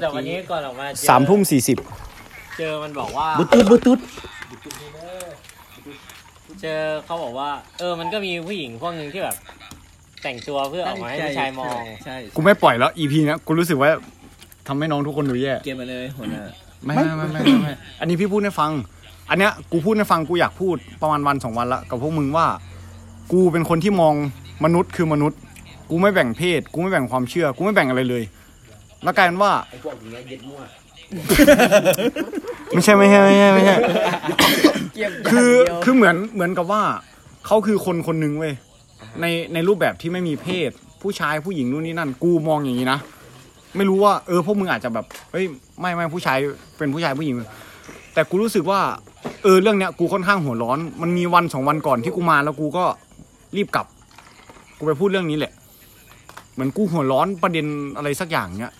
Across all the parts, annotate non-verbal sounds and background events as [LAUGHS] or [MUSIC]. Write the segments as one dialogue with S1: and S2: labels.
S1: แต่วันนี้ก่อนออกมาเจอ
S2: สามทุ่มสี่สิบ
S1: เจอมันบอกว่า
S2: บุตุดบุตุด
S1: เจอเขาบอกว่า เออมันก็มีผู้หญิงพวกหนึ่งที่แบบ แต่งตัวเพื่อออกมาให้ผู้ชายมอง
S3: ใช่
S2: กูไม่ปล่อยแล้ว EP เนี้ยกูรู้สึกว่าทำให้น้องทุกคนดูแย่
S3: เกมมาเลยหัวหน้า
S2: ไม่ไม่ไม่ไม่ไม่ไม่อันนี้พี่พูดให้ฟัง อันเนี้ยกูพูดให้ฟังกูอยากพูดประมาณวันสองวันละกับพวกมึงว่า กูเป็นคนที่มองมนุษย์คือมนุษย์ กูไม่แบ่งเพศ กูไม่แบ่งความเชื่อ กูไม่แบ่งอะไรเลย แล้วกลายเป็นว่าไม่ใช่ไม่ใช่ไม่ใช่ไม่ใช่ คือคือเหมือนเหมือนกับว่าเขาคือคนคนหนึ่งเว้ยในในรูปแบบที่ไม่มีเพศ ผู้ชายผู้หญิงนู่นนี่นั่น กูมองอย่างนี้นะ ไม่รู้ว่าเออพวกมึงอาจจะแบบเฮ้ยไม่ไม่ผู้ชายเป็นผู้ชายผู้หญิง แต่กูรู้สึกว่า เออเรื่องเนี้ยกูค่อนข้างหัวร้อน มันมีวันสองวันก่อนที่กูมาแล้วกูก็รีบกลับ กูไปพูดเรื่องนี้แหละ เหมือนกูหัวร้อนประเด็นอะไรสักอย่างเนี้ย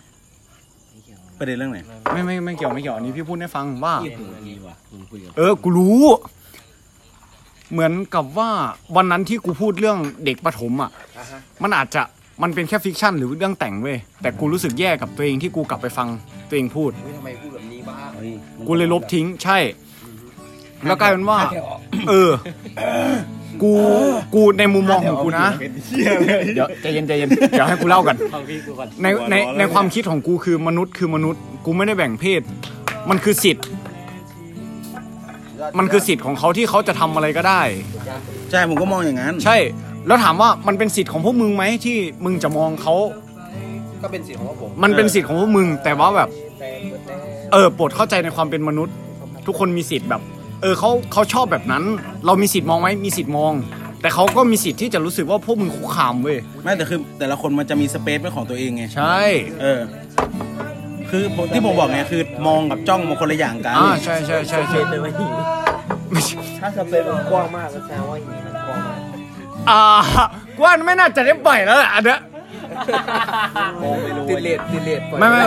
S3: ประเด็นเรื่องไหน
S2: ไม่ไม่ไม่เกี่ยวไม่เกี่ยวอันนี้พี่พูดให้ฟังว่า
S3: ที่ถึงอันนี้วะมึงคุยกับ
S2: เออ กูรู้ เหมือนกับว่าวันนั้นที่กูพูดเรื่องเด็กประถมอ่ะ มันอาจจะมันเป็นแค่ฟิกชันหรือเรื่องแต่งเว้ย แต่กูรู้สึกแย่กับตัวเองที่กูกลับไปฟังตัวเองพูด
S4: เฮ้ยทำไมพูดแบบนี้บ้าง
S3: เฮ้ยมึง
S2: กูเลยลบทิ้ง ใช่ แล้วกลายเป็นว่า เออ กู กูในมุมมองของกูนะ
S3: เป็นเชี่ยเลย
S2: เดี๋ยวใจเย็นใจเย็นเดี๋ยวให้กูเล่ากัน
S1: ของพี่กูก่อน
S2: ในในในความคิดของกูคือมนุษย์คือมนุษย์ กูไม่ได้แบ่งเพศ มันคือสิทธิ์ มันคือสิทธิ์ของเขาที่เขาจะทำอะไรก็ได้
S3: ใช่ ผมก็มองอย่างนั้น
S2: ใช่ แล้วถามว่ามันเป็นสิทธิ์ของพวกมึงไหมที่มึงจะมองเขา
S4: ก็เป็นสิทธิ์ของพวกผม
S2: มันเป็นสิทธิ์ของพวกมึง แต่ว่าแบบ
S4: แต่แต่
S2: เออโปรดเข้าใจในความเป็นมนุษย์ ทุกคนมีสิทธิ์แบบ เออเขาเขาชอบแบบนั้น เรามีสิทธิ์มองไหมมีสิทธิ์มอง แต่เขาก็มีสิทธิ์ที่จะรู้สึกว่าพวกมึงคุกคามเว้ย
S3: ไม่แต่คือแต่ละคนมันจะมีสเปซเป็นของตัวเองไง
S2: ใช่
S3: เออ คือผมที่ผมบอกไงคือมองกับจ้องมันคนละอย่างกัน
S2: อ่าใช่ใช่ใช่ใช่ไม่ใช่
S4: ถ้าสเปนมันกว้างมากก็แสดงว่าอย่างนี้มันกว้างมาก
S2: อ่ากว่าไม่น่าจะได้ปล่อยแล้วล่ะอันเนี้ย
S4: มองไม่รู้ติดเลดติดเลด
S2: ไม่ไม่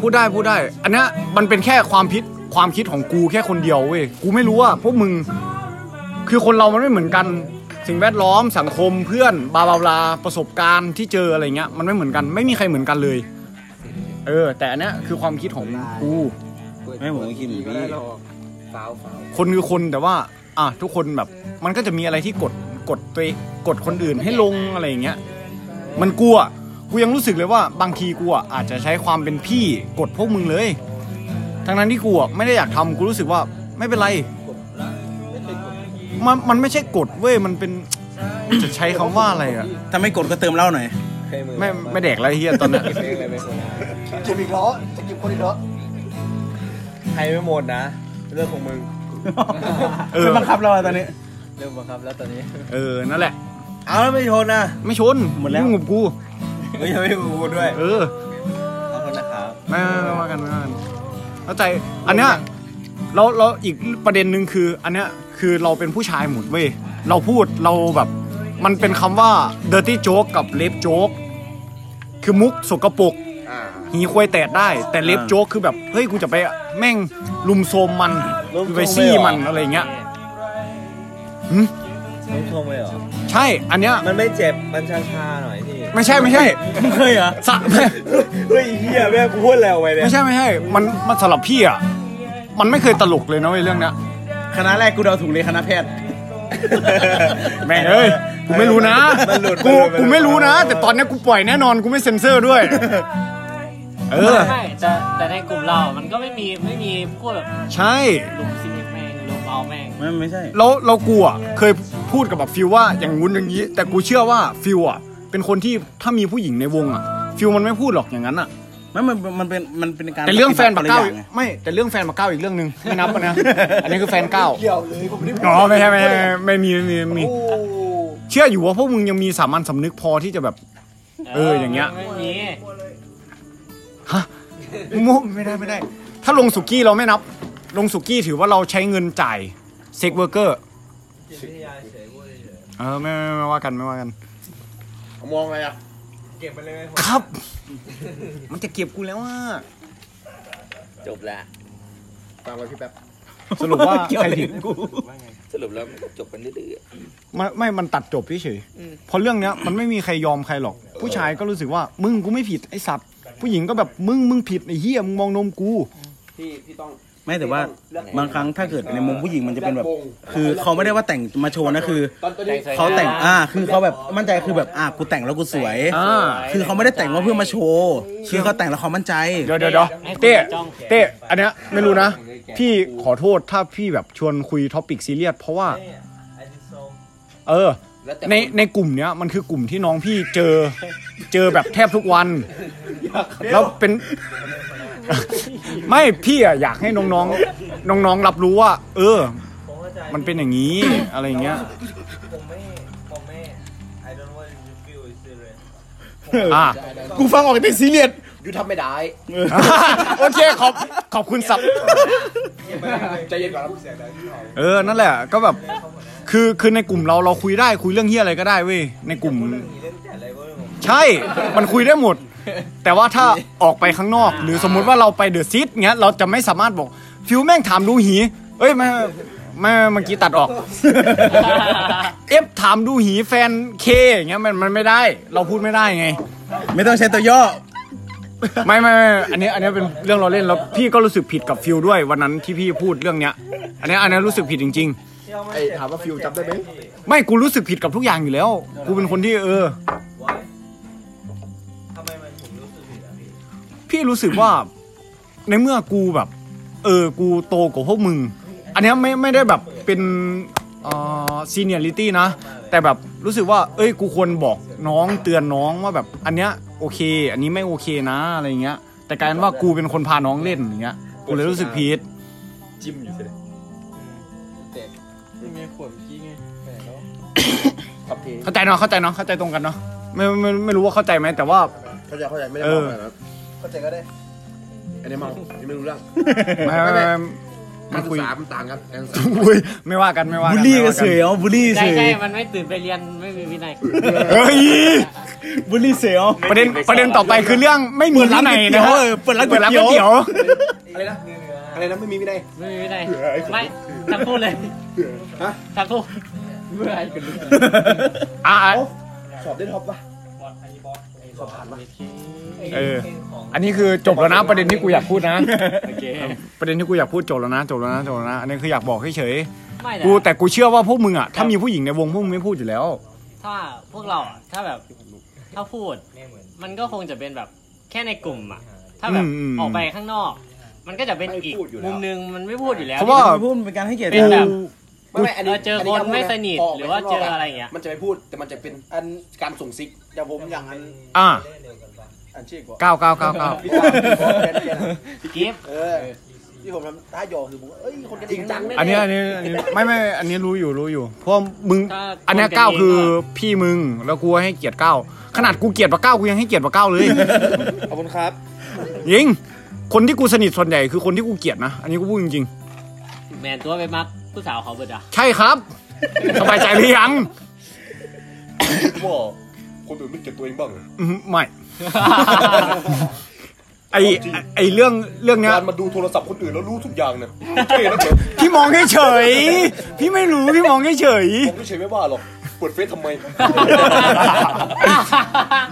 S2: พูดได้พูดได้ อันเนี้ยมันเป็นแค่ความคิดความคิดของกูแค่คนเดียวเว้ยกูไม่รู้ว่าพวกมึง คือคนเรามันไม่เหมือนกัน สิ่งแวดล้อมสังคมเพื่อนบาบาบลาประสบการณ์ที่เจออะไรเงี้ย มันไม่เหมือนกันไม่มีใครเหมือนกันเลย เออ แต่อันเนี้ยคือความคิดของกู
S3: ไม่ผมก็คิดเหมือนพี่
S4: สาวสาว
S2: คนคือคนแต่ว่า อ่ะทุกคนแบบ มันก็จะมีอะไรที่กดกดตัวเองกดคนอื่นให้ลงอะไรอย่างเงี้ย มันกลัวกูยังรู้สึกเลยว่าบางทีกูอ่ะอาจจะใช้ความเป็นพี่กดพวกมึงเลย ทั้งนั้นที่กูอ่ะไม่ได้อยากทำกูรู้สึกว่าไม่เป็นไร มันมันไม่ใช่กดเว้ยมันเป็น จะใช้คำว่าอะไรอ่ะ
S3: ถ้าไม่กดก็เติมเหล้าหน่อย
S4: ให้มือ
S2: ไม่ไม่แดกแล้วไรเฮียตอนเนี้ย
S4: เพลงอะไรไม่สน
S5: เก็บอีกเหรอจะเก็บคนอีกเหรอ
S4: ใครไม่หมดนะ เรื่องของมึง
S2: เออ
S3: ไม่บังคับเราอะตอนนี้
S4: เรื่องบังคับแล้วตอนนี้
S2: เออนั่นแหละ
S3: เอาแล้วไม่ชนนะ
S2: ไม่ชน
S3: หมดแล้ว
S2: ยุ่งกับกู
S3: เฮ้ยยังไม่กูด้วย
S2: เออ
S3: ขอบคุณนะครับ
S2: ไม่ไม่ไม่ว่ากันไม่ว่ากันเข้าใจอันเนี้ยเราเราอีกประเด็นหนึ่งคือ อันเนี้ยคือเราเป็นผู้ชายหมดเว้ยเราพูดเราแบบ มันเป็นคำว่า dirty joke กับ rape joke คือมุกสกปรก
S4: อ่า
S2: หีควยแตดได้ แต่ rape
S3: อ่า
S2: joke คือแบบเฮ้ยกูจะไปแม่งลุมโซมมัน
S3: ลุมโซม
S2: ไปซี่
S3: เลยเหรอ
S2: มันอะไรเงี้ย
S4: ต้องชมเลยเหรอ
S2: ใช่ อันเนี้ย
S4: มันไม่เจ็บ มันชาๆหน่อยพี่
S2: ไม่ใช่ไม่ใช่
S3: มึงเคยเหรอ
S2: สะ
S4: เฮ้ยเฮียแม่กูพูดแล้วไปเนี่ย
S2: ไม่ใช่ไม่ใช่ มันมันสำหรับพี่อ่ะมันไม่เคยตลกเลยนะเว้ยเรื่องเนี้ย
S3: คณะแรกกูเดาถูกเลยคณะแพทย์
S2: แม่งเอ้ย กูไม่รู้นะ
S3: มันหลุด
S2: กู
S3: มันหลุด
S2: กูไม่รู้นะ แต่ตอนเนี้ยกูปล่อยแน่นอน กูไม่เซ็นเซอร์ด้วย เออ
S1: ใช่แต่แต่ในกลุ่มเรา มันก็ไม่มีไม่มีพวกแบบ
S2: ใช่
S1: ลุมซิงแม่งลุมเอาแม่ง
S3: ไม่ไม่ใช่
S2: แล้วเรากูอ่ะเคยพูดกับแบบฟิวว่าอย่างงู้นอย่างนี้ แต่กูเชื่อว่าฟิวอ่ะ เป็นคนที่ถ้ามีผู้หญิงในวงอ่ะ ฟิวมันไม่พูดหรอกอย่างนั้นอ่ะ
S3: ไม่มันมันเป็นมันเป็นการ
S2: แต่เรื่องแฟนปากเก้า
S3: ปฏิบัติคนละอย่งไง
S2: ไม่ แต่เรื่องแฟนปากเก้าอีกเรื่องหนึ่งไม่นับ
S3: [LAUGHS]
S2: นะ อันนี้คือแฟนเก้า
S5: เกี่ยวเลยผมไม่ได้พูด
S2: อ๋อไม่ใช่ไม่ใช่ไม่มีไม่มีไม่มี
S5: โอ้
S2: เชื่ออยู่ว่าพวกมึงยังมีสามัญสำนึกพอที่จะแบบ เอออย่างเงี้ย
S1: ไม่มี
S2: มุไม่ได้ไม่ได้ ถ้าลงสุกี้เราไม่นับ ลงสุกี้ถือว่าเราใช้เงินจ่ายเซ็กเวอร์เกอร์เออไม่ไม่ไม่ว่ากันไม่ว่ากัน
S4: มองอะไรอ่ะ เก็บไปเลย
S2: ครับ มันจะเก็บกูแล้วอ่ะ
S6: จบแล้ว
S4: ตามไปพี่แป๊บ
S2: สรุปว่า
S3: เกี่ยว
S2: ใคร
S3: อะไร
S2: ผิด
S3: กู
S6: สรุปแล้วมันก็จบกันเรื่อย
S2: มันไม่มันตัดจบเฉยๆเพราะเรื่องเนี้ยมันไม่มีใครยอมใครหรอก ผู้ชายก็รู้สึกว่ามึงกูไม่ผิดไอ้สัตว์ ผู้หญิงก็แบบมึงมึงผิดไอ้เหี้ยมึงมองนมกู
S7: ที่ที่ต้อง
S3: ไม่แต่ว่า
S7: เลือก
S3: บางครั้งถ้าเกิดในมุมผู้หญิงมันจะเป็นแบบ
S7: ลือกวง
S3: คือเขาไม่ได้ว่าแต่งมาโชว์นะคือ
S7: ตอนตอนนี้
S3: เขาแต่งอ่าคือเขาแบบมั่นใจคือแบบอ่ะกูแต่งแล้วกูสวย
S2: อ่า
S3: คือเขาไม่ได้แต่งว่าเพื่อมาโชว์คือเขาแต่งแล้วเขามั่นใจ
S2: เดี๋ยวเดี๋ยวเดี๋ยว
S1: ให้คุณ
S2: เต้
S1: มาจ้อง
S2: เต้อันเนี้ยไม่รู้นะ พี่ขอโทษถ้าพี่แบบชวนคุยท็อปิกซีเรียสเพราะว่า เออ
S6: แล้วแต่
S2: ในในกลุ่มเนี้ยมันคือกลุ่มที่น้องพี่เจอ เจอแบบแทบทุกวัน แล้วเป็น [LAUGHS] ไม่พี่อะอยากให้น้องๆน้องๆรับรู้ว่า เออ มันเป็นอย่างนี้ อะไรอย่างเงี้ย
S4: ผมไม่ผมไม่ I don't want you to feel it serious
S2: อ่ะ
S3: กูฟังออกแต่ซีเรียส
S7: ยูทำไม่ได้
S2: [LAUGHS] โอเคขอบขอบคุณสับ
S7: ใจเย็นก่อนครับ
S2: เออ นั่นแหละ ก็แบบ คือ คือในกลุ่มเรา เราคุยได้ คุยเรื่องเฮียอะไรก็ได้เว้ย ในกลุ่ม
S4: มีเล่นแต่อะไรก็เรื่องของ
S2: ใช่ มันคุยได้หมด แต่ว่าถ้าออกไปข้างนอก หรือสมมุติว่าเราไปเดอะซิตเงี้ย เราจะไม่สามารถบอก ฟิวแม่งถามดูหี เอ้ยไม่ไม่ไม่เมื่อกี้ตัดออก [LAUGHS] เอฟถามดูหีแฟนเคอย่างเงี้ยมันมันไม่ได้ เราพูดไม่ได้ไง
S3: ไม่ต้องใช้ตัวย่อ
S2: ไม่ไม่ไม่อันนี้อันนี้เป็นเรื่องเราเล่นแล้วพี่ก็รู้สึกผิดกับฟิวด้วยวันนั้นที่พี่พูดเรื่องเนี้ย อันนี้อันนี้รู้สึกผิดจริง ๆ
S4: ที่เอามา
S5: ไอ้
S4: เจ็บ
S5: ถามว่าฟิวจำได้ไหม
S2: ไม่กูรู้สึกผิดกับทุกอย่างอยู่แล้ว กูเป็นคนที่เออ
S4: ไว้ทำไมมันผมรู้สึกผิดอะพี่
S2: พี่รู้สึกว่า ในเมื่อกูแบบ เออ กูโตกว่าพวกมึง อันเนี้ยไม่ไม่ได้แบบเป็นเอ่อซีเนียริตี้นะ แต่แบบรู้สึกว่า เอ้ย กูควรบอกน้องเตือนน้องว่าแบบ อันเนี้ยโอเค อันนี้ไม่โอเคนะอะไรอย่างเงี้ย แต่กลารว่ากูเป็นคนพาน้องเล่นอย่างเงี้ย กูเลยรู้สึกผิด
S5: จิ้มอยู่เสร็จ
S2: เข้าใจเนาะ เข้าใจเนาะ เข้าใจตรงกันเนาะ ไม่ไม่ไม่รู้ว่าเข้าใจไหมแต่ว่า
S5: เข้าใจเข้าใจไม่ได้
S2: เอ
S5: มอง
S2: อ
S5: อะไรนะ
S4: เข้าใจก็ได้
S5: อันนี้เมองยังไม่รู้เรื่อง
S2: ไม่ไม่ไม่
S5: กา
S2: มั
S5: ร
S2: น
S5: ศึ
S2: คุย
S5: กษามันต่างกันการศึกษา
S2: อุ๊ยไม่ว่ากันไม่ว่ากัน
S3: บูลลี่
S2: ไม่
S3: ก็
S2: ว่า
S3: เสียวบูลลี่
S1: ใช่
S3: เสีย
S1: ใช่
S3: ว
S1: มันไม่ตื่นไปเรียนไม่มีวินัย
S2: เฮ้ย
S3: บูลลี่เสียว
S2: ประเด็นประเด็นต่อไปคือเรื่องไม่มีที่ไหนนะฮะ
S3: เออเปิดร้านก๋
S2: เปิด
S3: วย
S2: ร้านก๋วย
S3: เตี๋ยว
S2: เตี๋ยว
S7: อะไรนะ อะไรนะ ไม่มีวินัย
S1: ไม่มีวินัยไม่ทั้งคู่เลย
S7: ฮะ
S1: ทั้งคู่เมื่อไหร่
S2: อ่ะ
S7: สอบได้ท็อปปะ
S2: เออ อันนี้คือจบแล้วนะ ประเด็นที่กูอยากพูด [LAUGHS] นะ
S1: โอเค
S2: ประเด็นที่กูอยากพูดจบแล้วนะจบแล้วนะจบแล้วนะ อันนี้คืออยากบอกเฉย
S1: ไม่
S2: ๆ
S1: แต่
S2: กูแต่กูเชื่อว่าพวกมึงอ่ะ ถ้ามีผู้หญิงในวงพวกมึงไม่พูดอยู่แล้ว
S1: ถ้าพวกเราอะถ้าแบบถ้าพูด มันก็คงจะเป็นแบบแค่ในกลุ่มอ่ะ ถ้าแบบ
S2: อืมอืม
S1: ออกไปข้างนอก มันก็จะเป็นอีกมุมหนึงมันไม่พูดอยู่แล้ว
S2: เพราะว่า
S3: พูดเป็นการให้เกียรติ
S1: ป็นแบบ
S7: ไม่ไม่อันนี้
S1: เราเจอคนไม่สนิทหรือว่าเจออะไรอย่างเงี้ย
S7: มันจะไม่พูดแต่มันจะเป็นอันการส่งซิกเดี๋ยวผมอย่างนั้น
S2: อ่ะ
S7: อันชื่อก่อน
S2: เก้าเก้าเก้าเก้า
S7: พี่ตามพี่บอกแฟนเปลี่ยนอะ
S1: กิฟ
S7: เออที่ผมทำท่าหยอกคือผมว่าเอ้ยคนกันเองจังแน่ๆ
S2: อันนี้อันนี้อัน [LAUGHS] นี้ไม่ไม่อันนี้รู้อยู่รู้อยู่ เพราะมึง
S1: ถ้า
S2: อันเนี้ย
S1: ค
S2: เก้า
S1: ดี
S2: คือพี่มึงแล้วกูให้เกียรติเก้าขนาดกูเกลียดปะเก้ากูยังให้เกียรติปะเก้าเลย
S7: [LAUGHS] ขอบคุณครับ
S2: ยิง คนที่กูสนิทส่วนใหญ่คือคนที่กูเกลียดนะ อันนี้กูพูดจริง
S1: แมนตัวไปมักผู้สาวเขาเบิดอ่ะ
S2: ๆ ใช่ครับ สบายใจหรือยัง
S5: ว่าคนอื่นไม่เก็บตัวเองบ้างเหรอ
S2: อืมไม่ [LAUGHS] ไอไอเรื่องเรื่องเนี้ย
S5: การมาดูโทรศัพท์คนอื่นแล้วรู้ทุกอย่างเนี่ยเท่นะเถอะ
S2: พี่มองเฉยๆพี่ไม่รู้พี่มองเฉย [LAUGHS]
S5: ผมก็เฉยไม่ว่าหรอกเปิดเฟซทำไม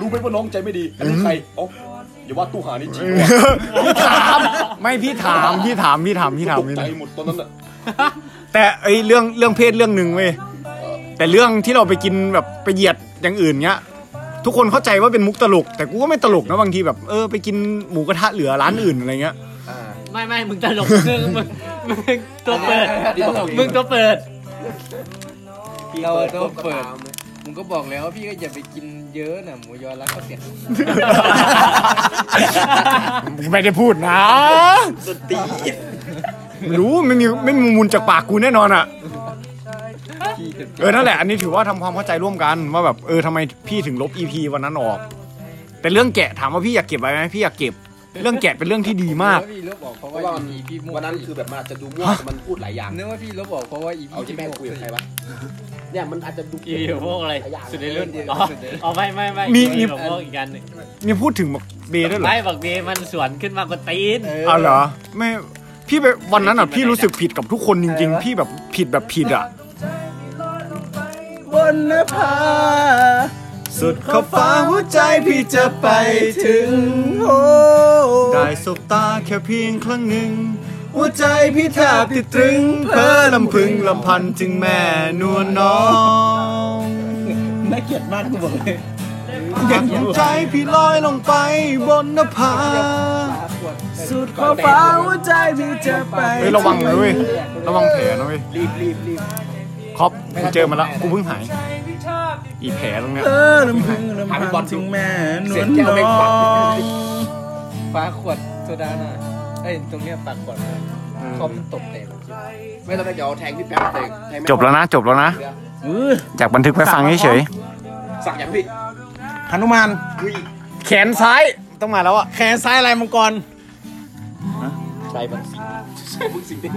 S5: รู้ไหมว่าน้องใจไม่ดี อันนี้ใครเอ้าอย่าว่าตู้หานี่จริงว่ะ
S2: ๆพี่ถาม ไม่พี่ถามพี่ถามพี่ถามพี่ถาม
S5: ตก
S2: พี่
S5: ใจ
S2: ถาม
S5: หมดตอนนั้นอะ
S2: แต่ไอเรื่องเรื่องเพศเรื่องหนึ่งเว้ยแต่เรื่องที่เราไปกินแบบไปเหยียดอย่างอื่นเงี้ย ทุกคนเข้าใจว่าเป็นมุกตลก แต่กูก็ไม่ตลกนะบางทีแบบเออไปกินหมูกระทะเหลือร้านอื่นอะไรเงี้ย
S1: [LAUGHS] ไม่ไม่มึงตลกมึงมึงมึงตัวเปิด
S7: ตลก
S1: มึงตัวเปิด
S7: พี่เปิด
S4: เราต้องเปิด
S7: ผมก็ตามนะ
S4: มึงก็บอกแล้วพี่ก็อย่าไปกินเยอะนะหมูยอแล้วก็เสีย
S2: [LAUGHS] ไม่ได้พูดนะ
S6: สตีน
S2: ไม่รู้ไม่มีไม่มีมูลจากปากกูแน่นอนอ่ะเออนั่นแหละอันนี้ถือว่าทำความเข้าใจร่วมกันว่าแบบเออทำไมพี่ถึงลบ EP วันนั้นออก แต่เรื่องแกะถามว่าพี่อยากเก็บไว้ไหมพี่อยากเก็บ เรื่องแกะเป็นเรื่องที่ดีมาก
S4: นึว่าพี่ลบออกเพราะ
S7: เพ
S4: ว่า
S7: ราะว่ามัน
S4: อีพีมั่ว
S7: วันนั้นคือแบบมันอาจจะดูมั่วแต่มันพูดหลายอย่าง
S4: นึกว่าพี่ลบออกเพราะว่าอีพี
S7: เอาที่แม่งคุยกับใครวะ เนี่ยมันอาจจะดู
S1: อีพวกอะไร สุดในรุ่นอ๋ออ๋อไม่ไม่ไม่
S2: มีมี
S1: อีของพวกอีกอันหนึ่ง
S2: มีพูดถึงแบบเบย์ด้วยเหรอ
S1: ไม่บักเบมันสวนขึ้นมากว่าตีน
S2: เอาเหรอไม่พี่ไปวันนั้นอ่ะพี่รู้สึกผิดกับทุกคนจริง ๆ พี่แบบผิดแบบผิดอ่ะ
S3: บนหน้าผา
S2: สุดขอบฟ้าหัวใจพี่จะไปถึงโอ้ได้สบตาแค่เพียงครั้งหนึ่ง หัวใจพี่แทบติดตรึง เพ้อลำพึงลำพันถึงแม่นวลน้อง
S3: น่าเกลียดมากกูบอกเลย
S2: ยังใจพี่ลอยลงไปบนนภา
S3: สุดขอบฟ้าหัวใจที่จะไป
S2: เฮ้ยระวังนะเว้ยระวังแผลนะเว้ย
S7: รีบรีบรีบ
S2: ครอปกูเจอมาแล้วกูเพิ่งหาย อีแผลตรงเนี้ย
S3: เออลำพึงลำพันถึงแม่นวลน้อง
S4: ฟ้าขวดโซดาหน่ะเอ้ยตรงเนี้ยปากขวดนะคอมตกเต็ม
S7: ไม่ต้องไปเดี๋ยวแทงพี่แป๊บแทงแทงไม่
S2: จบแล้วนะจบแล้วนะอยากบันทึกไว้ฟังเฉย
S7: สักอย่างพี่
S3: หนุมาน
S2: แขนซ้ายต้องมาแล้วอ่ะ
S3: แขนซ้ายลายมังกร
S7: ใช่บางสิ่ง